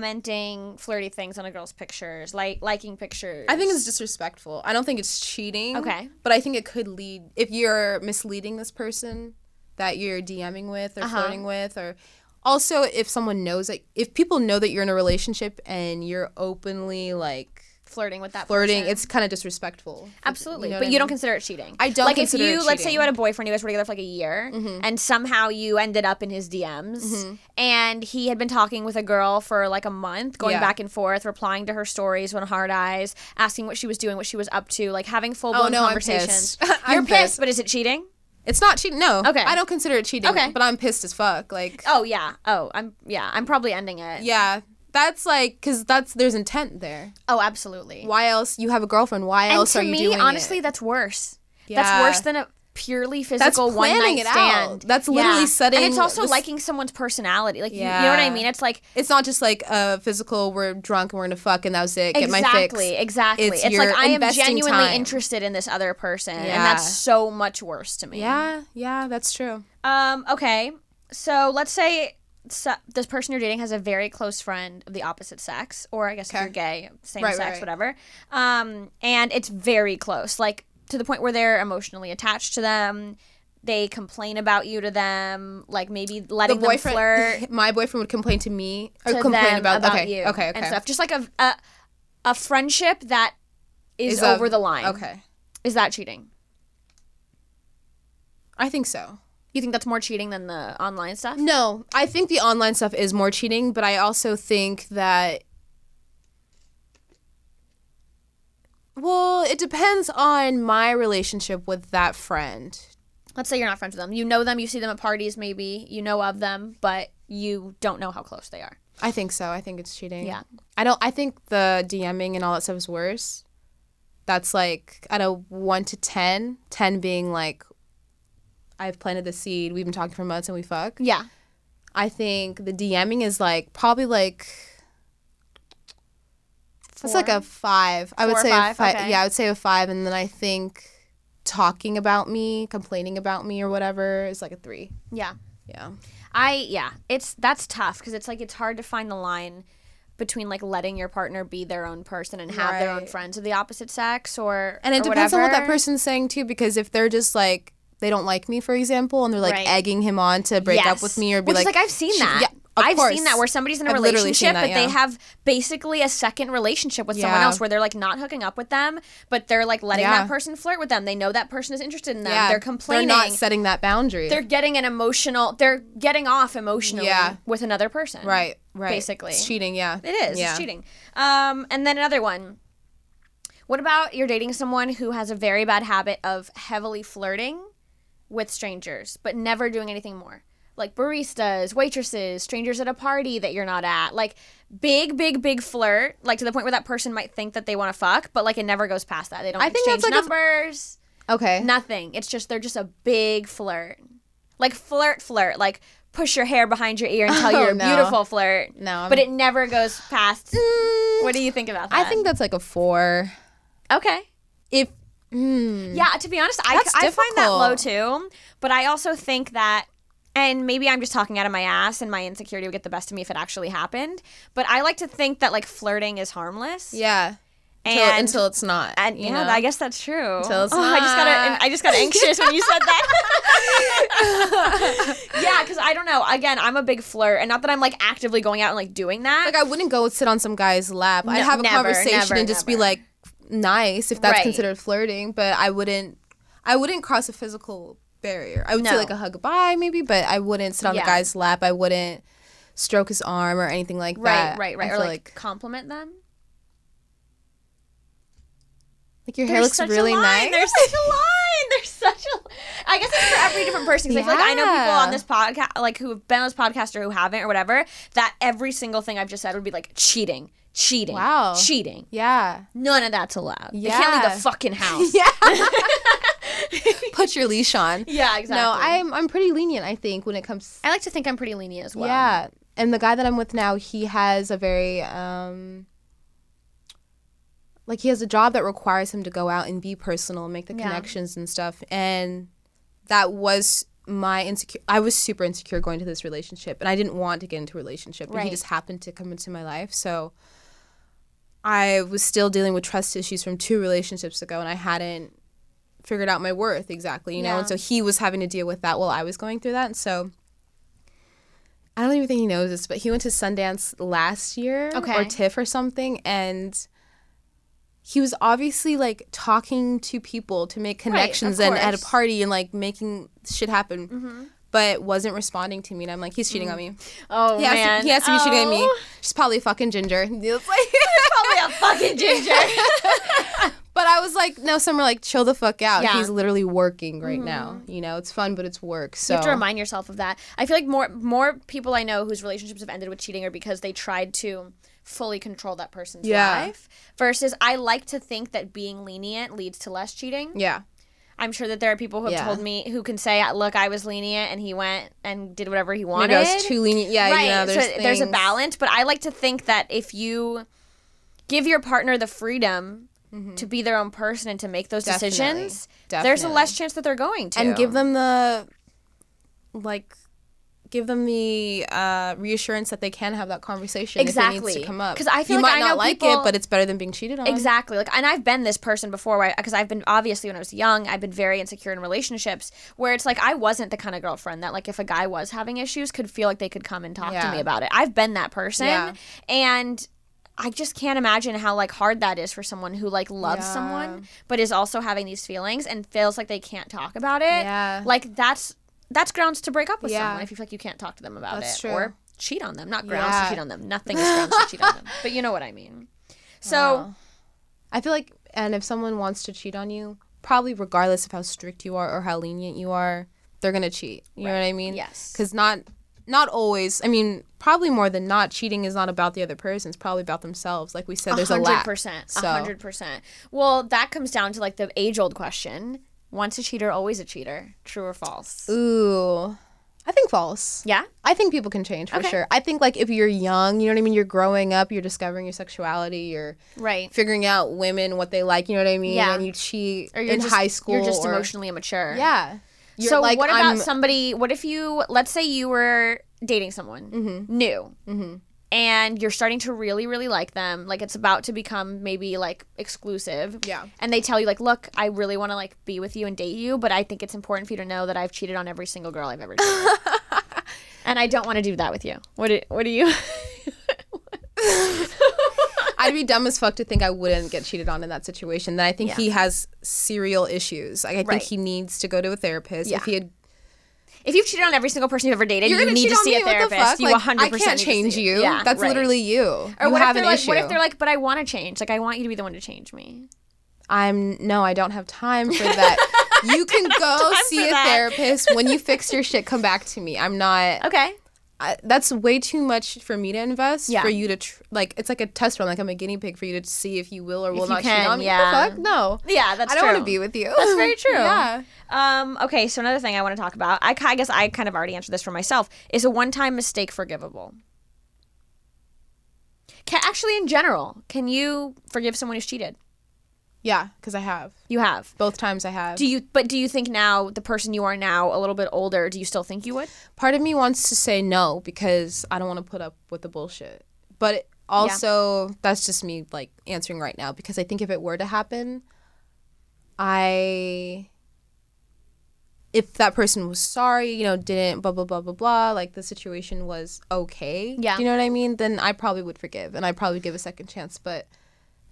commenting flirty things on a girl's pictures, like liking pictures.
I think it's disrespectful. I don't think it's cheating.
Okay.
But I think it could lead if you're misleading this person that you're DMing with or flirting with or also if someone knows that if people know that you're in a relationship and you're openly like
flirting with that
flirting,
person.
it's kind of disrespectful.
Absolutely,
You know
but
what I
you don't
mean?
consider it cheating.
I don't
Like
consider
if you,
it
let's say
cheating. Mm-hmm.
you had a boyfriend, you guys were together for like a year, and somehow you ended up in his DMs, and he had been talking with a girl for like a month, going
Yeah.
back and forth, replying to her stories on hard eyes, asking what she was doing, what she was up to, like having full blown
Oh, no, I'm
conversations.
pissed. I'm
You're pissed,
pissed.
but is it cheating?
It's not cheating. No.
Okay.
I don't consider it cheating.
Okay.
But I'm pissed as fuck. Like
Oh yeah. Oh, I'm yeah. I'm probably ending it.
yeah. That's like cuz that's there's intent there.
Oh, absolutely.
Why else you have a girlfriend? Why
and
else
to
are you
me,
doing
honestly,
it?
that's worse.
Yeah.
That's worse than a purely
That's
physical one
planning
night
it out.
stand.
That's literally setting
And it's also
this-
liking someone's personality. Like you- you, know what I
Yeah.
mean? It's like
It's not just like a physical. We're drunk and we're gonna fuck and that was it. Get my fix.
exactly, exactly.
It's
It's, like
you're
I am
investing
genuinely
time.
interested in this other person,
Yeah.
and that's so much worse to me.
Yeah, yeah, that's true.
Um. Okay. So let's say. So, this person you're dating has a very close friend of the opposite sex, or I guess if you're gay, same
Right, right,
sex,
right.
whatever. Um, and it's very close, like to the point where they're emotionally attached to them. They complain about you to them, like maybe letting them flirt.
my boyfriend would complain to me or
to
complain
them
about,
about
okay,
you
okay, okay,
and stuff. Just like a a, a friendship that is,
Is a-
over the line.
Okay,
is that cheating?
I think so.
You think that's more cheating than the online stuff?
No, I think the online stuff is more cheating, but I also think that Well, it depends on my relationship with that friend.
Let's say you're not friends with them. You know them, you see them at parties maybe, you know of them, but you don't know how close they are.
I think so. I think it's cheating.
Yeah.
I don't I think the DMing and all that stuff is worse. That's like at a 1 to 10, 10 being like I've planted the seed, we've been talking for months and we fuck.
Yeah.
I think the DMing is like probably like that's like
Four?
a five. I would
Four or
say a
five?
fi-
Okay.
yeah, I would say a five, and then I think talking about me, complaining about me, or whatever is like a three.
Yeah.
Yeah,
I yeah, it's that's tough because it's like it's hard to find the line between like letting your partner be their own person and have their own
Right.
friends of the opposite sex or
and it
or
depends on what that
whatever.
person's saying too, because if they're just like they don't like me, for example, and they're like
Right.
egging him on to break up with
Yes.
me or be
Which is,
like,
like I've seen
"She-
that.
Yeah, of
I've
course.
seen that where somebody's in a
I've literally seen
relationship,
that,
but they
yeah.
have basically a second relationship with someone
Yeah.
else where they're like not hooking up with them, but they're like letting
Yeah.
that person flirt with them. They know that person is interested in them.
Yeah,
They're complaining.
They're not setting that boundary.
They're getting an emotional. They're getting off emotionally
Yeah.
with another person.
right, right.
Basically.
it's cheating. Yeah,
It is.
Yeah.
It's cheating. Um, and then another one. What about you're dating someone who has a very bad habit of heavily flirting with strangers, but never doing anything more? Like baristas, waitresses, strangers at a party that you're not at. Like big, big, big flirt, like to the point where that person might think that they want to fuck, but like it never goes past that. They don't
I think
exchange
that's, like, a-
numbers,
Okay.
nothing. It's just they're just a big flirt. Like flirt, flirt, like push your hair behind your ear and tell
Oh,
you're a
no.
beautiful flirt.
No, I'm-
but it never goes past
Mm,
what do you think about
I
that?
think that's like a four.
okay.
If mm,
Yeah, to be honest, I,
That's
I find that low
difficult.
too. But I also think that, and maybe I'm just talking out of my ass and my insecurity would get the best of me if it actually happened. But I like to think that like flirting is harmless.
yeah,
And,
Till- until it's not.
and
you
yeah,
know?
I guess that's true.
Until it's
oh, I just got
not.
I just got anxious when you said that. yeah, because I don't know. Again, I'm a big flirt, and not that I'm like actively going out and like doing that.
like I wouldn't go sit on some guy's lap. I'd
No,
have a
never,
conversation
never,
and just be
never.
like nice if that's
Right.
considered flirting, but I wouldn't I wouldn't cross a physical barrier. I would
No.
say like a hug bye maybe, but I wouldn't sit on
Yeah.
the guy's lap. I wouldn't stroke his arm or anything like
right,
that.
right,
I
right. Or
feel
like, compliment them.
like your hair
There's
looks
such a
really
line.
nice.
There's such a line. There's such a. I guess it's for every different person. 'cause I feel like I know people
Yeah.
on this podcast, like who have been on this podcast or who haven't or whatever, that every single thing I've just said would be like cheating, cheating,
Wow.
cheating.
yeah.
None of that's allowed. You can't leave
Yeah.
the fucking house.
Yeah. Put your leash on.
yeah, exactly.
No, I'm I'm pretty lenient, I think, when it comes
I like to think I'm pretty lenient as well.
Yeah. And the guy that I'm with now, he has a very um like he has a job that requires him to go out and be personal and make the
Yeah.
connections and stuff. And that was my insecure I was super insecure going to this relationship and I didn't want to get into a relationship. And he
Right.
just happened to come into my life. So I was still dealing with trust issues from two relationships ago and I hadn't figured out my worth exactly, you know? And
Yeah.
so he was having to deal with that while I was going through that. And so I don't even think he knows this, but he went to Sundance last year
Okay.
or TIFF or something and he was obviously like talking to people to make connections and at a
course. Mm-hmm.
party and like making shit happen. But wasn't responding to me, and I'm like, he's cheating on me.
Oh
He has,
man.
to, he has to be cheating on me.
Oh.
She's probably fucking ginger.
Probably a fucking ginger.
But I was like, no, some were like, chill the fuck out.
Yeah. Mm-hmm.
He's literally working right now. You know, it's fun, but it's work. So
You have to remind yourself of that. I feel like more more people I know whose relationships have ended with cheating are because they tried to fully control that person's
Yeah.
life. Versus, I like to think that being lenient leads to less cheating.
yeah,
I'm sure that there are people who have
Yeah.
told me who can say, "Look, I was lenient, and he went and did whatever he
it
wanted."
goes too lenient. Yeah,
right.
you
so
know, there's
there's a
things-
balance, but I like to think that if you give your partner the freedom. To be their own person and to make those
Mm-hmm. Definitely.
decisions, there's a
Definitely.
less chance that they're going to.
and give them the like, give them the uh, reassurance that they can have that conversation if it
Exactly.
needs to come up.
'Cause I feel
you
like
might
I
not
know
like
people-
it, but it's better than being cheated on.
Exactly. Like, and I've been this person before, because I've been obviously when I was young, I've been very insecure in relationships where it's like I wasn't the kind of girlfriend that like if a guy was having issues, could feel like they could come and talk to
Yeah.
me about it. I've been that person,
Yeah.
and I just can't imagine how like hard that is for someone who like loves
Yeah.
someone but is also having these feelings and feels like they can't talk about it.
Yeah.
Like that's that's grounds to break up with
Yeah.
someone if you feel like you can't talk to them about
That's
it
true.
or cheat on them. Not grounds
Yeah.
to cheat on them. Nothing is grounds to cheat on them. But you know what I mean. So
I feel like And if someone wants to cheat on you, probably regardless of how strict you are or how lenient you are, they're gonna cheat. You know what I mean?
Yes.
Because not not always. I mean, probably more than not, cheating is not about the other person. It's probably about themselves. Like we said, there's a lack.
percent,
so-
hundred percent. Well, that comes down to like the age-old question: once a cheater, always a cheater. True or false?
Ooh, I think false.
Yeah.
I think people can change for
Okay.
sure. I think like if you're young, you know what I mean. You're growing up. You're discovering your sexuality. You're
Right.
figuring out women what they like. You know what I mean?
Yeah.
And you cheat
you're
in
just-
high school.
You're just
or-
emotionally immature.
Yeah. You're
so what about
I'm-
somebody? What if you? Let's say you were dating someone
Mm-hmm.
new, and you're starting to really, really like them. Like it's about to become maybe like exclusive.
Yeah.
And they tell you like, look, I really want to like be with you and date you, but I think it's important for you to know that I've cheated on every single girl I've ever dated, and I don't want to do that with you. What? Do, what do you?
I'd be dumb as fuck to think I wouldn't get cheated on in that situation. Then I think he has serial issues. Like I think
Right.
he needs to go to a therapist.
Yeah.
If he had,
if you've cheated on every single person you've ever dated,
you're
you
gonna
need
cheat
to
on
see
me.
a
what the fuck?
therapist. You
Like,
100.
I can't change you. That's literally you.
Or
you
what if
have
they're
an
like,
issue.
what if they're like, but I want to change. Like I want you to be the one to change me.
I'm no, I don't have time for that. you can go see a
that.
therapist when you fix your shit. Come back to me. I'm not.
Okay.
I, that's way too much for me to invest.
Yeah.
For you to tr- like, it's like a test run. Like I'm a guinea pig for you to see if you will or will
you
not
can,
cheat on me.
yeah.
What the fuck? No.
Yeah, that's
I don't want
true.
to be with you.
That's very true.
yeah.
Um, okay, so another thing I want to talk about, I, ki- I guess I kind of already answered this for myself, is a one time mistake forgivable? Can, actually, in general, can you forgive someone who's cheated?
Yeah, because I have
You have.
both times. I have.
Do you? But do you think now the person you are now, a little bit older, do you still think you would?
Part of me wants to say no because I don't want to put up with the bullshit, but it- also that's just me like answering right now because I think if it were to happen, I. If that person was sorry, you know, didn't blah blah blah blah blah, like the situation was okay.
Yeah.
Do you know what I mean? Then I probably would forgive and I probably give a second chance, but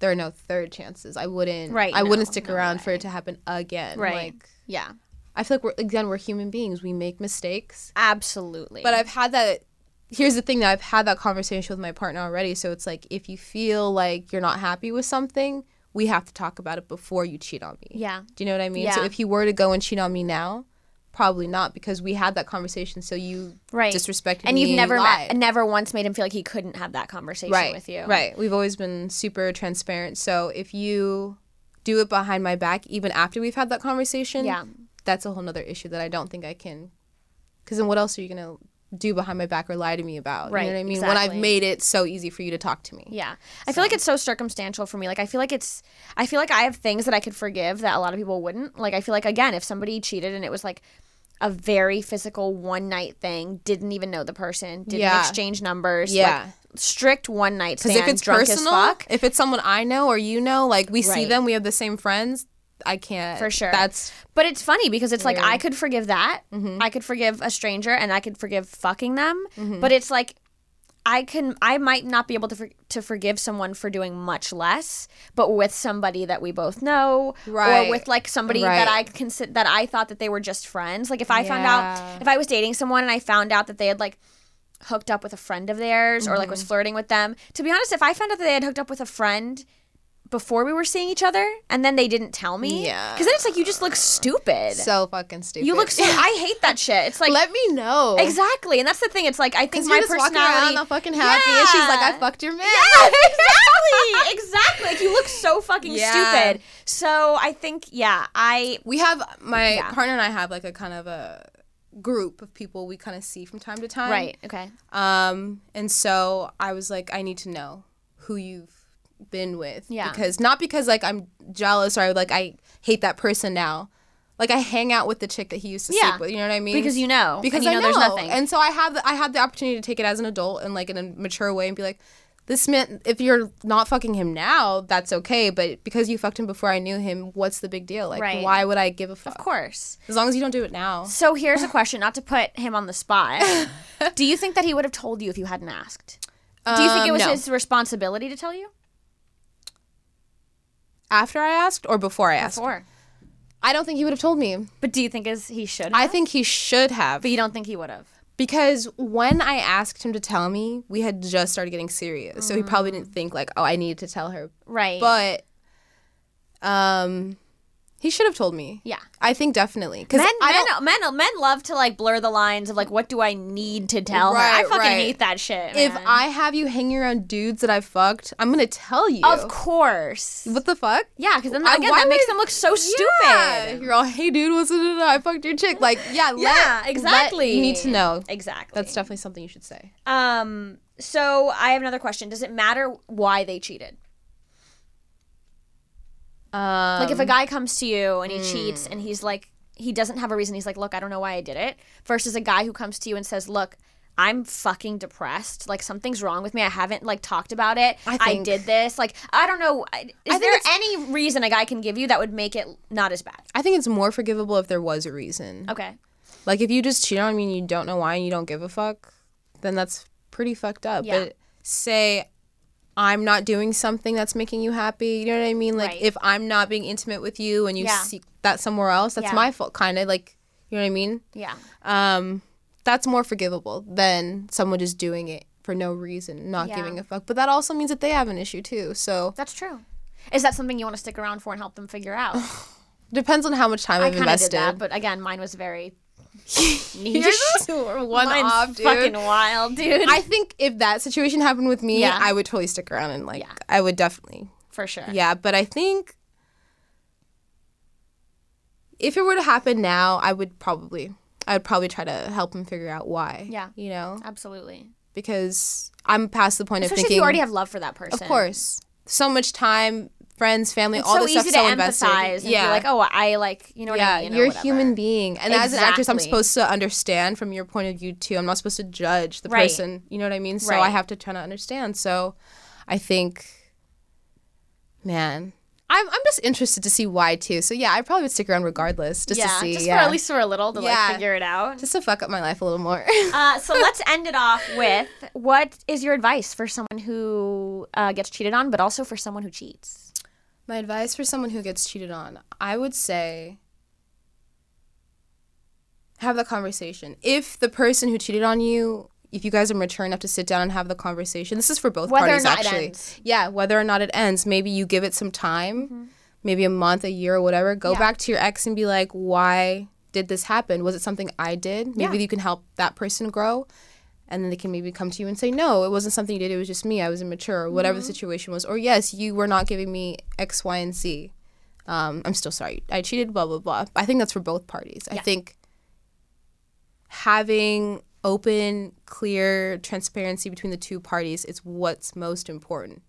there are no third chances. I wouldn't
Right,
I wouldn't
no,
stick
no
around for it to happen again. Like
yeah.
I feel like we're again we're human beings. We make mistakes.
Absolutely.
But I've had that. Here's the thing that I've had that conversation with my partner already. So it's like if you feel like you're not happy with something, we have to talk about it before you cheat on me.
Yeah.
Do you know what I mean? So
Yeah.
if he were to go and cheat on me now, probably not because we had that conversation. So you
Right.
disrespected
and
me
you've never
lied.
met, never once made him feel like he couldn't have that conversation
right
with you.
Right. We've always been super transparent. So if you do it behind my back, even after we've had that conversation,
Yeah.
that's a whole nother issue that I don't think I can. Because then what else are you gonna do behind my back or lie to me about? You
Right,
know what I mean? When I've
exactly.
made it so easy for you to talk to me.
Yeah. I feel like it's so circumstantial for me. Like I feel like it's I feel like I have things that I could forgive that a lot of people wouldn't. Like I feel like again, if somebody cheated and it was like a very physical one night thing, didn't even know the person, didn't
Yeah.
exchange numbers,
Yeah.
like, strict one night
Because
stand,
if it's
drunk
personal,
as fuck.
if it's someone I know or you know, like we see
Right.
them, we have the same friends. I can't.
For sure.
That's
But it's funny because it's like I could forgive that.
Mm-hmm.
I could forgive a stranger and I could forgive fucking them. But it's like I can I might not be able to for, to forgive someone for doing much less, but with somebody that we both know
Right.
or with like somebody
Right.
that I consider that I thought that they were just friends. Like if I found
Yeah.
out if I was dating someone and I found out that they had like hooked up with a friend of theirs or like
Mm-hmm.
was flirting with them. To be honest, if I found out that they had hooked up with a friend before we were seeing each other and then they didn't tell me.
Yeah.
Because then it's like you just look stupid.
so fucking stupid.
you look so. I hate that shit. It's like.
Let me know.
Exactly, and that's the thing. It's like I think
Because
my
you're just walking around
personality.
all fucking happy, and she's like, "I
Yeah.
fucked your man."
Exactly, exactly. Like you look so fucking
Yeah.
stupid. So I think, yeah, I
we have my
Yeah.
partner and I have like a kind of a group of people we kind of see from time to time.
right, okay,
Um, and so I was like, I need to know who you've been with.
Yeah.
Because not because like I'm jealous or I like I hate that person now. Like I hang out with the chick that he used to
Yeah.
sleep with. You know what I mean?
because you know, and
because
you
I
know, there's nothing.
And so I have the, I had the opportunity to take it as an adult and like in a mature way and be like, this meant if you're not fucking him now, that's okay. But because you fucked him before I knew him, what's the big deal? Like,
Right.
why would I give a fuck?
of course.
As long as you don't do it now.
So here's a question, not to put him on the spot. Do you think that he would have told you if you hadn't asked? Do you think it
Um,
was
no.
his responsibility to tell you?
after I asked or before I asked?
Before.
I don't think he would have told me.
But do you think is he should?
I think he should have.
but you don't think he would have.
Because when I asked him to tell me, we had just started getting serious. So he probably didn't think like, oh, I needed to tell her.
Right.
But Um, he should have told me.
Yeah.
I think definitely because
Men,
I
men,
don't.
men, men love to like blur the lines of like, what do I need to tell her? I
Right,
fucking
right.
hate that shit.
If
man.
I have you hanging around dudes that I fucked, I'm gonna tell you.
of course,
What the fuck?
yeah, because then
I-
again,
why
that makes
would-
them look so
Yeah.
stupid.
You're all, hey, dude, what's it? I fucked your chick. Like, yeah, let-
Yeah,
let-
exactly.
you need to know.
Exactly.
That's definitely something you should say.
Um. So I have another question. Does it matter why they cheated?
Um, hmm.
Like, if a guy comes to you and he cheats and he's like, he doesn't have a reason. He's like, look, I don't know why I did it. Versus a guy who comes to you and says, look. I'm fucking depressed. Like something's wrong with me. I haven't like talked about it. I,
I think-
did this. Like I don't know. I- Is
think
there
it's-
any reason a guy can give you that would make it not as bad?
I think it's more forgivable if there was a reason.
Okay.
Like if you just cheat on me and you don't know why and you don't give a fuck, then that's pretty fucked up.
Yeah.
But say I'm not doing something that's making you happy. You know what I mean? Like
Right.
if I'm not being intimate with you and you
Yeah.
seek that somewhere else, that's
Yeah.
my fault kind of like, you know what I mean?
Yeah.
Um that's more forgivable than someone just doing it for no reason, not
Yeah.
giving a fuck. But that also means that they have an issue too. So
That's true. Is that something you want to stick around for and help them figure out?
depends on how much time
I
I've
kind of did
invested.
that, but again, mine was very.
You're just one
Mine's
off, dude.
fucking wild, dude.
I think if that situation happened with me,
Yeah.
I would totally stick around and like
Yeah.
I would definitely.
For sure.
Yeah, but I think if it were to happen now, I would probably I would probably try to help him figure out why.
Yeah.
You know,
Absolutely.
because I'm past the point
Especially if
of thinking
you already have love for that person.
Of course. So much time, friends, family,
It's
all
so
this
easy
stuff
to
so invested.
empathize and yeah. be like, oh, I like, you know what
yeah,
I mean? or
you're a
whatever.
human being, and as an actress, I'm
Exactly.
supposed to understand from your point of view too. I'm not supposed to judge the
Right.
person. You know what I mean? So I
Right.
have to try to understand. So, I think, man, I'm I'm just interested to see why too. So yeah, I probably would stick around regardless, just
yeah,
to see,
just
yeah,
for at least for a little to
Yeah.
like figure it out.
just to fuck up my life a little more.
Uh, so let's end it off with what is your advice for someone who uh, gets cheated on, but also for someone who cheats?
My advice for someone who gets cheated on, I would say have the conversation. If the person who cheated on you, if you guys are mature enough to sit down and have the conversation, this is for both
Whether or
parties
not it
actually.
ends. Mm-hmm.
Yeah, whether or not it ends, maybe you give it some time, maybe a month, a year, or whatever. Go
Yeah.
back to your ex and be like, why did this happen? Was it something I did? Maybe
Yeah.
you can help that person grow. And then they can maybe come to you and say, no, it wasn't something you did. It was just me. I was immature, or whatever the situation was. Or, yes, you were not giving me X, Y, and Z. Um, I'm still sorry. I cheated, blah, blah, blah. I think that's for both parties. I think having open, clear transparency between the two parties is what's most important.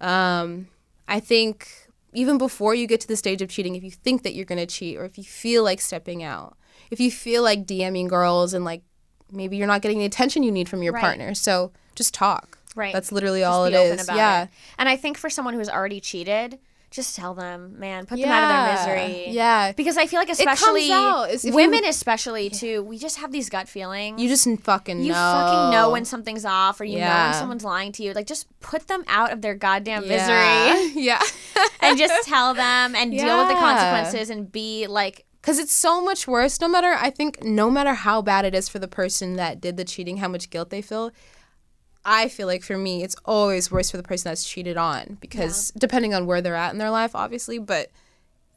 Um, I think even before you get to the stage of cheating, if you think that you're going to cheat or if you feel like stepping out, if you feel like DMing girls and like maybe you're not getting the attention you need from your
Right.
partner, so just talk.
Right.
That's literally
Just
all it
be open
is.
about
Yeah.
it. And I think for someone who's already cheated, just tell them, man, put them out of their misery.
Yeah.
Because I feel like
comes
especially
out. It's- if
women especially too, we just have these gut feelings.
You just fucking
You
know.
fucking know when something's off or you know when
Yeah.
someone's lying to you. Like just put them out of their goddamn misery
Yeah. Yeah.
and just tell them and deal with the
Yeah.
consequences and be like
Because it's so much worse. No matter, I think, no matter how bad it is for the person that did the cheating, how much guilt they feel, I feel like for me, it's always worse for the person that's cheated on because depending on where they're at in their life, obviously, but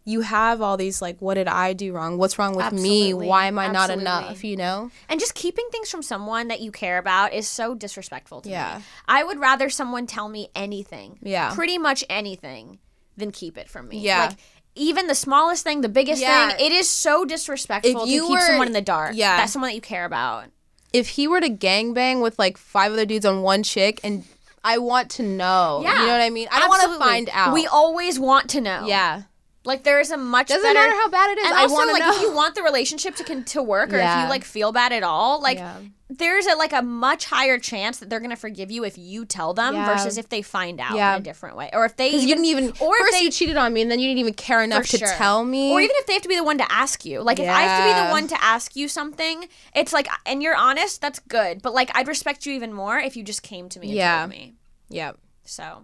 you have all these like, what did I do wrong? What's wrong with me?
Absolutely.
Why am I
Absolutely.
not enough? You know?
and just keeping things from someone that you care about is so disrespectful to
Yeah.
me. I would rather someone tell me anything.
Yeah.
Pretty much anything than keep it from me.
Yeah.
Like even the smallest thing, the biggest
Yeah.
thing, it is so disrespectful
If you
to keep
were-
someone in the dark.
Yeah.
That's someone that you care about.
If he were to gangbang with like five other dudes on one chick and I want to know.
Yeah.
You know what I mean? I don't want to
Absolutely.
find out.
We always want to know.
yeah.
Like there is a much
Doesn't
better.
matter how bad it is.
and
I
also,
want to
like,
know.
if you want the relationship to con- to work, or if
Yeah.
you like feel bad at all, like
Yeah.
there's a like a much higher chance that they're gonna forgive you if you tell them
Yeah.
versus if they find out
Yeah.
in a different way, or if they
Because you didn't even
or if
first
they
you cheated on me and then you didn't even care enough to
sure.
tell me
or even if they have to be the one to ask you. Like if I have to be the
Yeah.
one to ask you something, it's like and you're honest, that's good. But like I'd respect you even more if you just came to me and
Yeah.
told me.
yeah
So,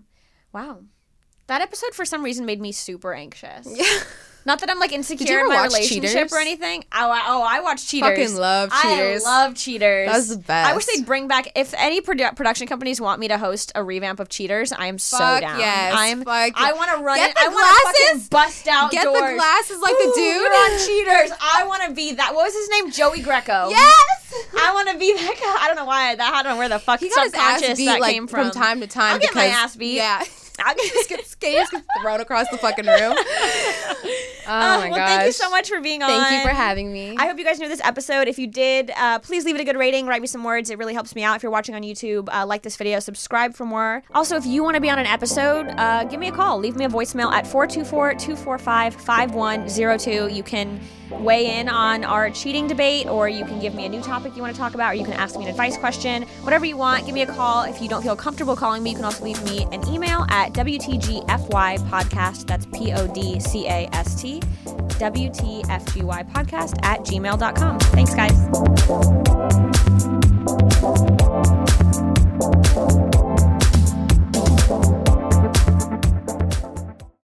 wow. That episode for some reason made me super anxious. Not that I'm like insecure
ever
in my
watch
relationship
Cheaters?
or anything. Oh, I, oh, I watch Cheaters.
Fucking love Cheaters.
I love Cheaters.
That was the
I wish
best.
they'd bring back if any produ- production companies want me to host a revamp of Cheaters. I am so
Fuck
down.
yes.
I'm.
Fuck
I want to run.
Get
it.
the
I want to
glasses.
fucking bust out
Get
doors.
the glasses like the
Ooh,
dude.
you're on Cheaters. I want to be that. What was his name? Joey Greco.
Yes.
I want to be that guy. I don't know why that. I don't know where the fuck
He got his ass
subconscious
beat
that
like
came from.
from. time to time.
I'll get my
because-
ass beat.
Yeah.
I'll get-
just get skaters get thrown across the fucking room. Uh, Oh
Uh,
my
well,
gosh.
thank you so much for being on.
Thank you for having me.
I hope you guys knew this episode. If you did, uh, please leave it a good rating. Write me some words. It really helps me out. If you're watching on YouTube, uh, like this video, subscribe for more. Also, if you want to be on an episode, uh, give me a call. Leave me a voicemail at 424 245 5102. You can weigh in on our cheating debate, or you can give me a new topic you want to talk about, or you can ask me an advice question. Whatever you want, give me a call. If you don't feel comfortable calling me, you can also leave me an email at WTGFYpodcast. That's P O D C A S T. WTFGY podcast at gmail.com. Thanks, guys.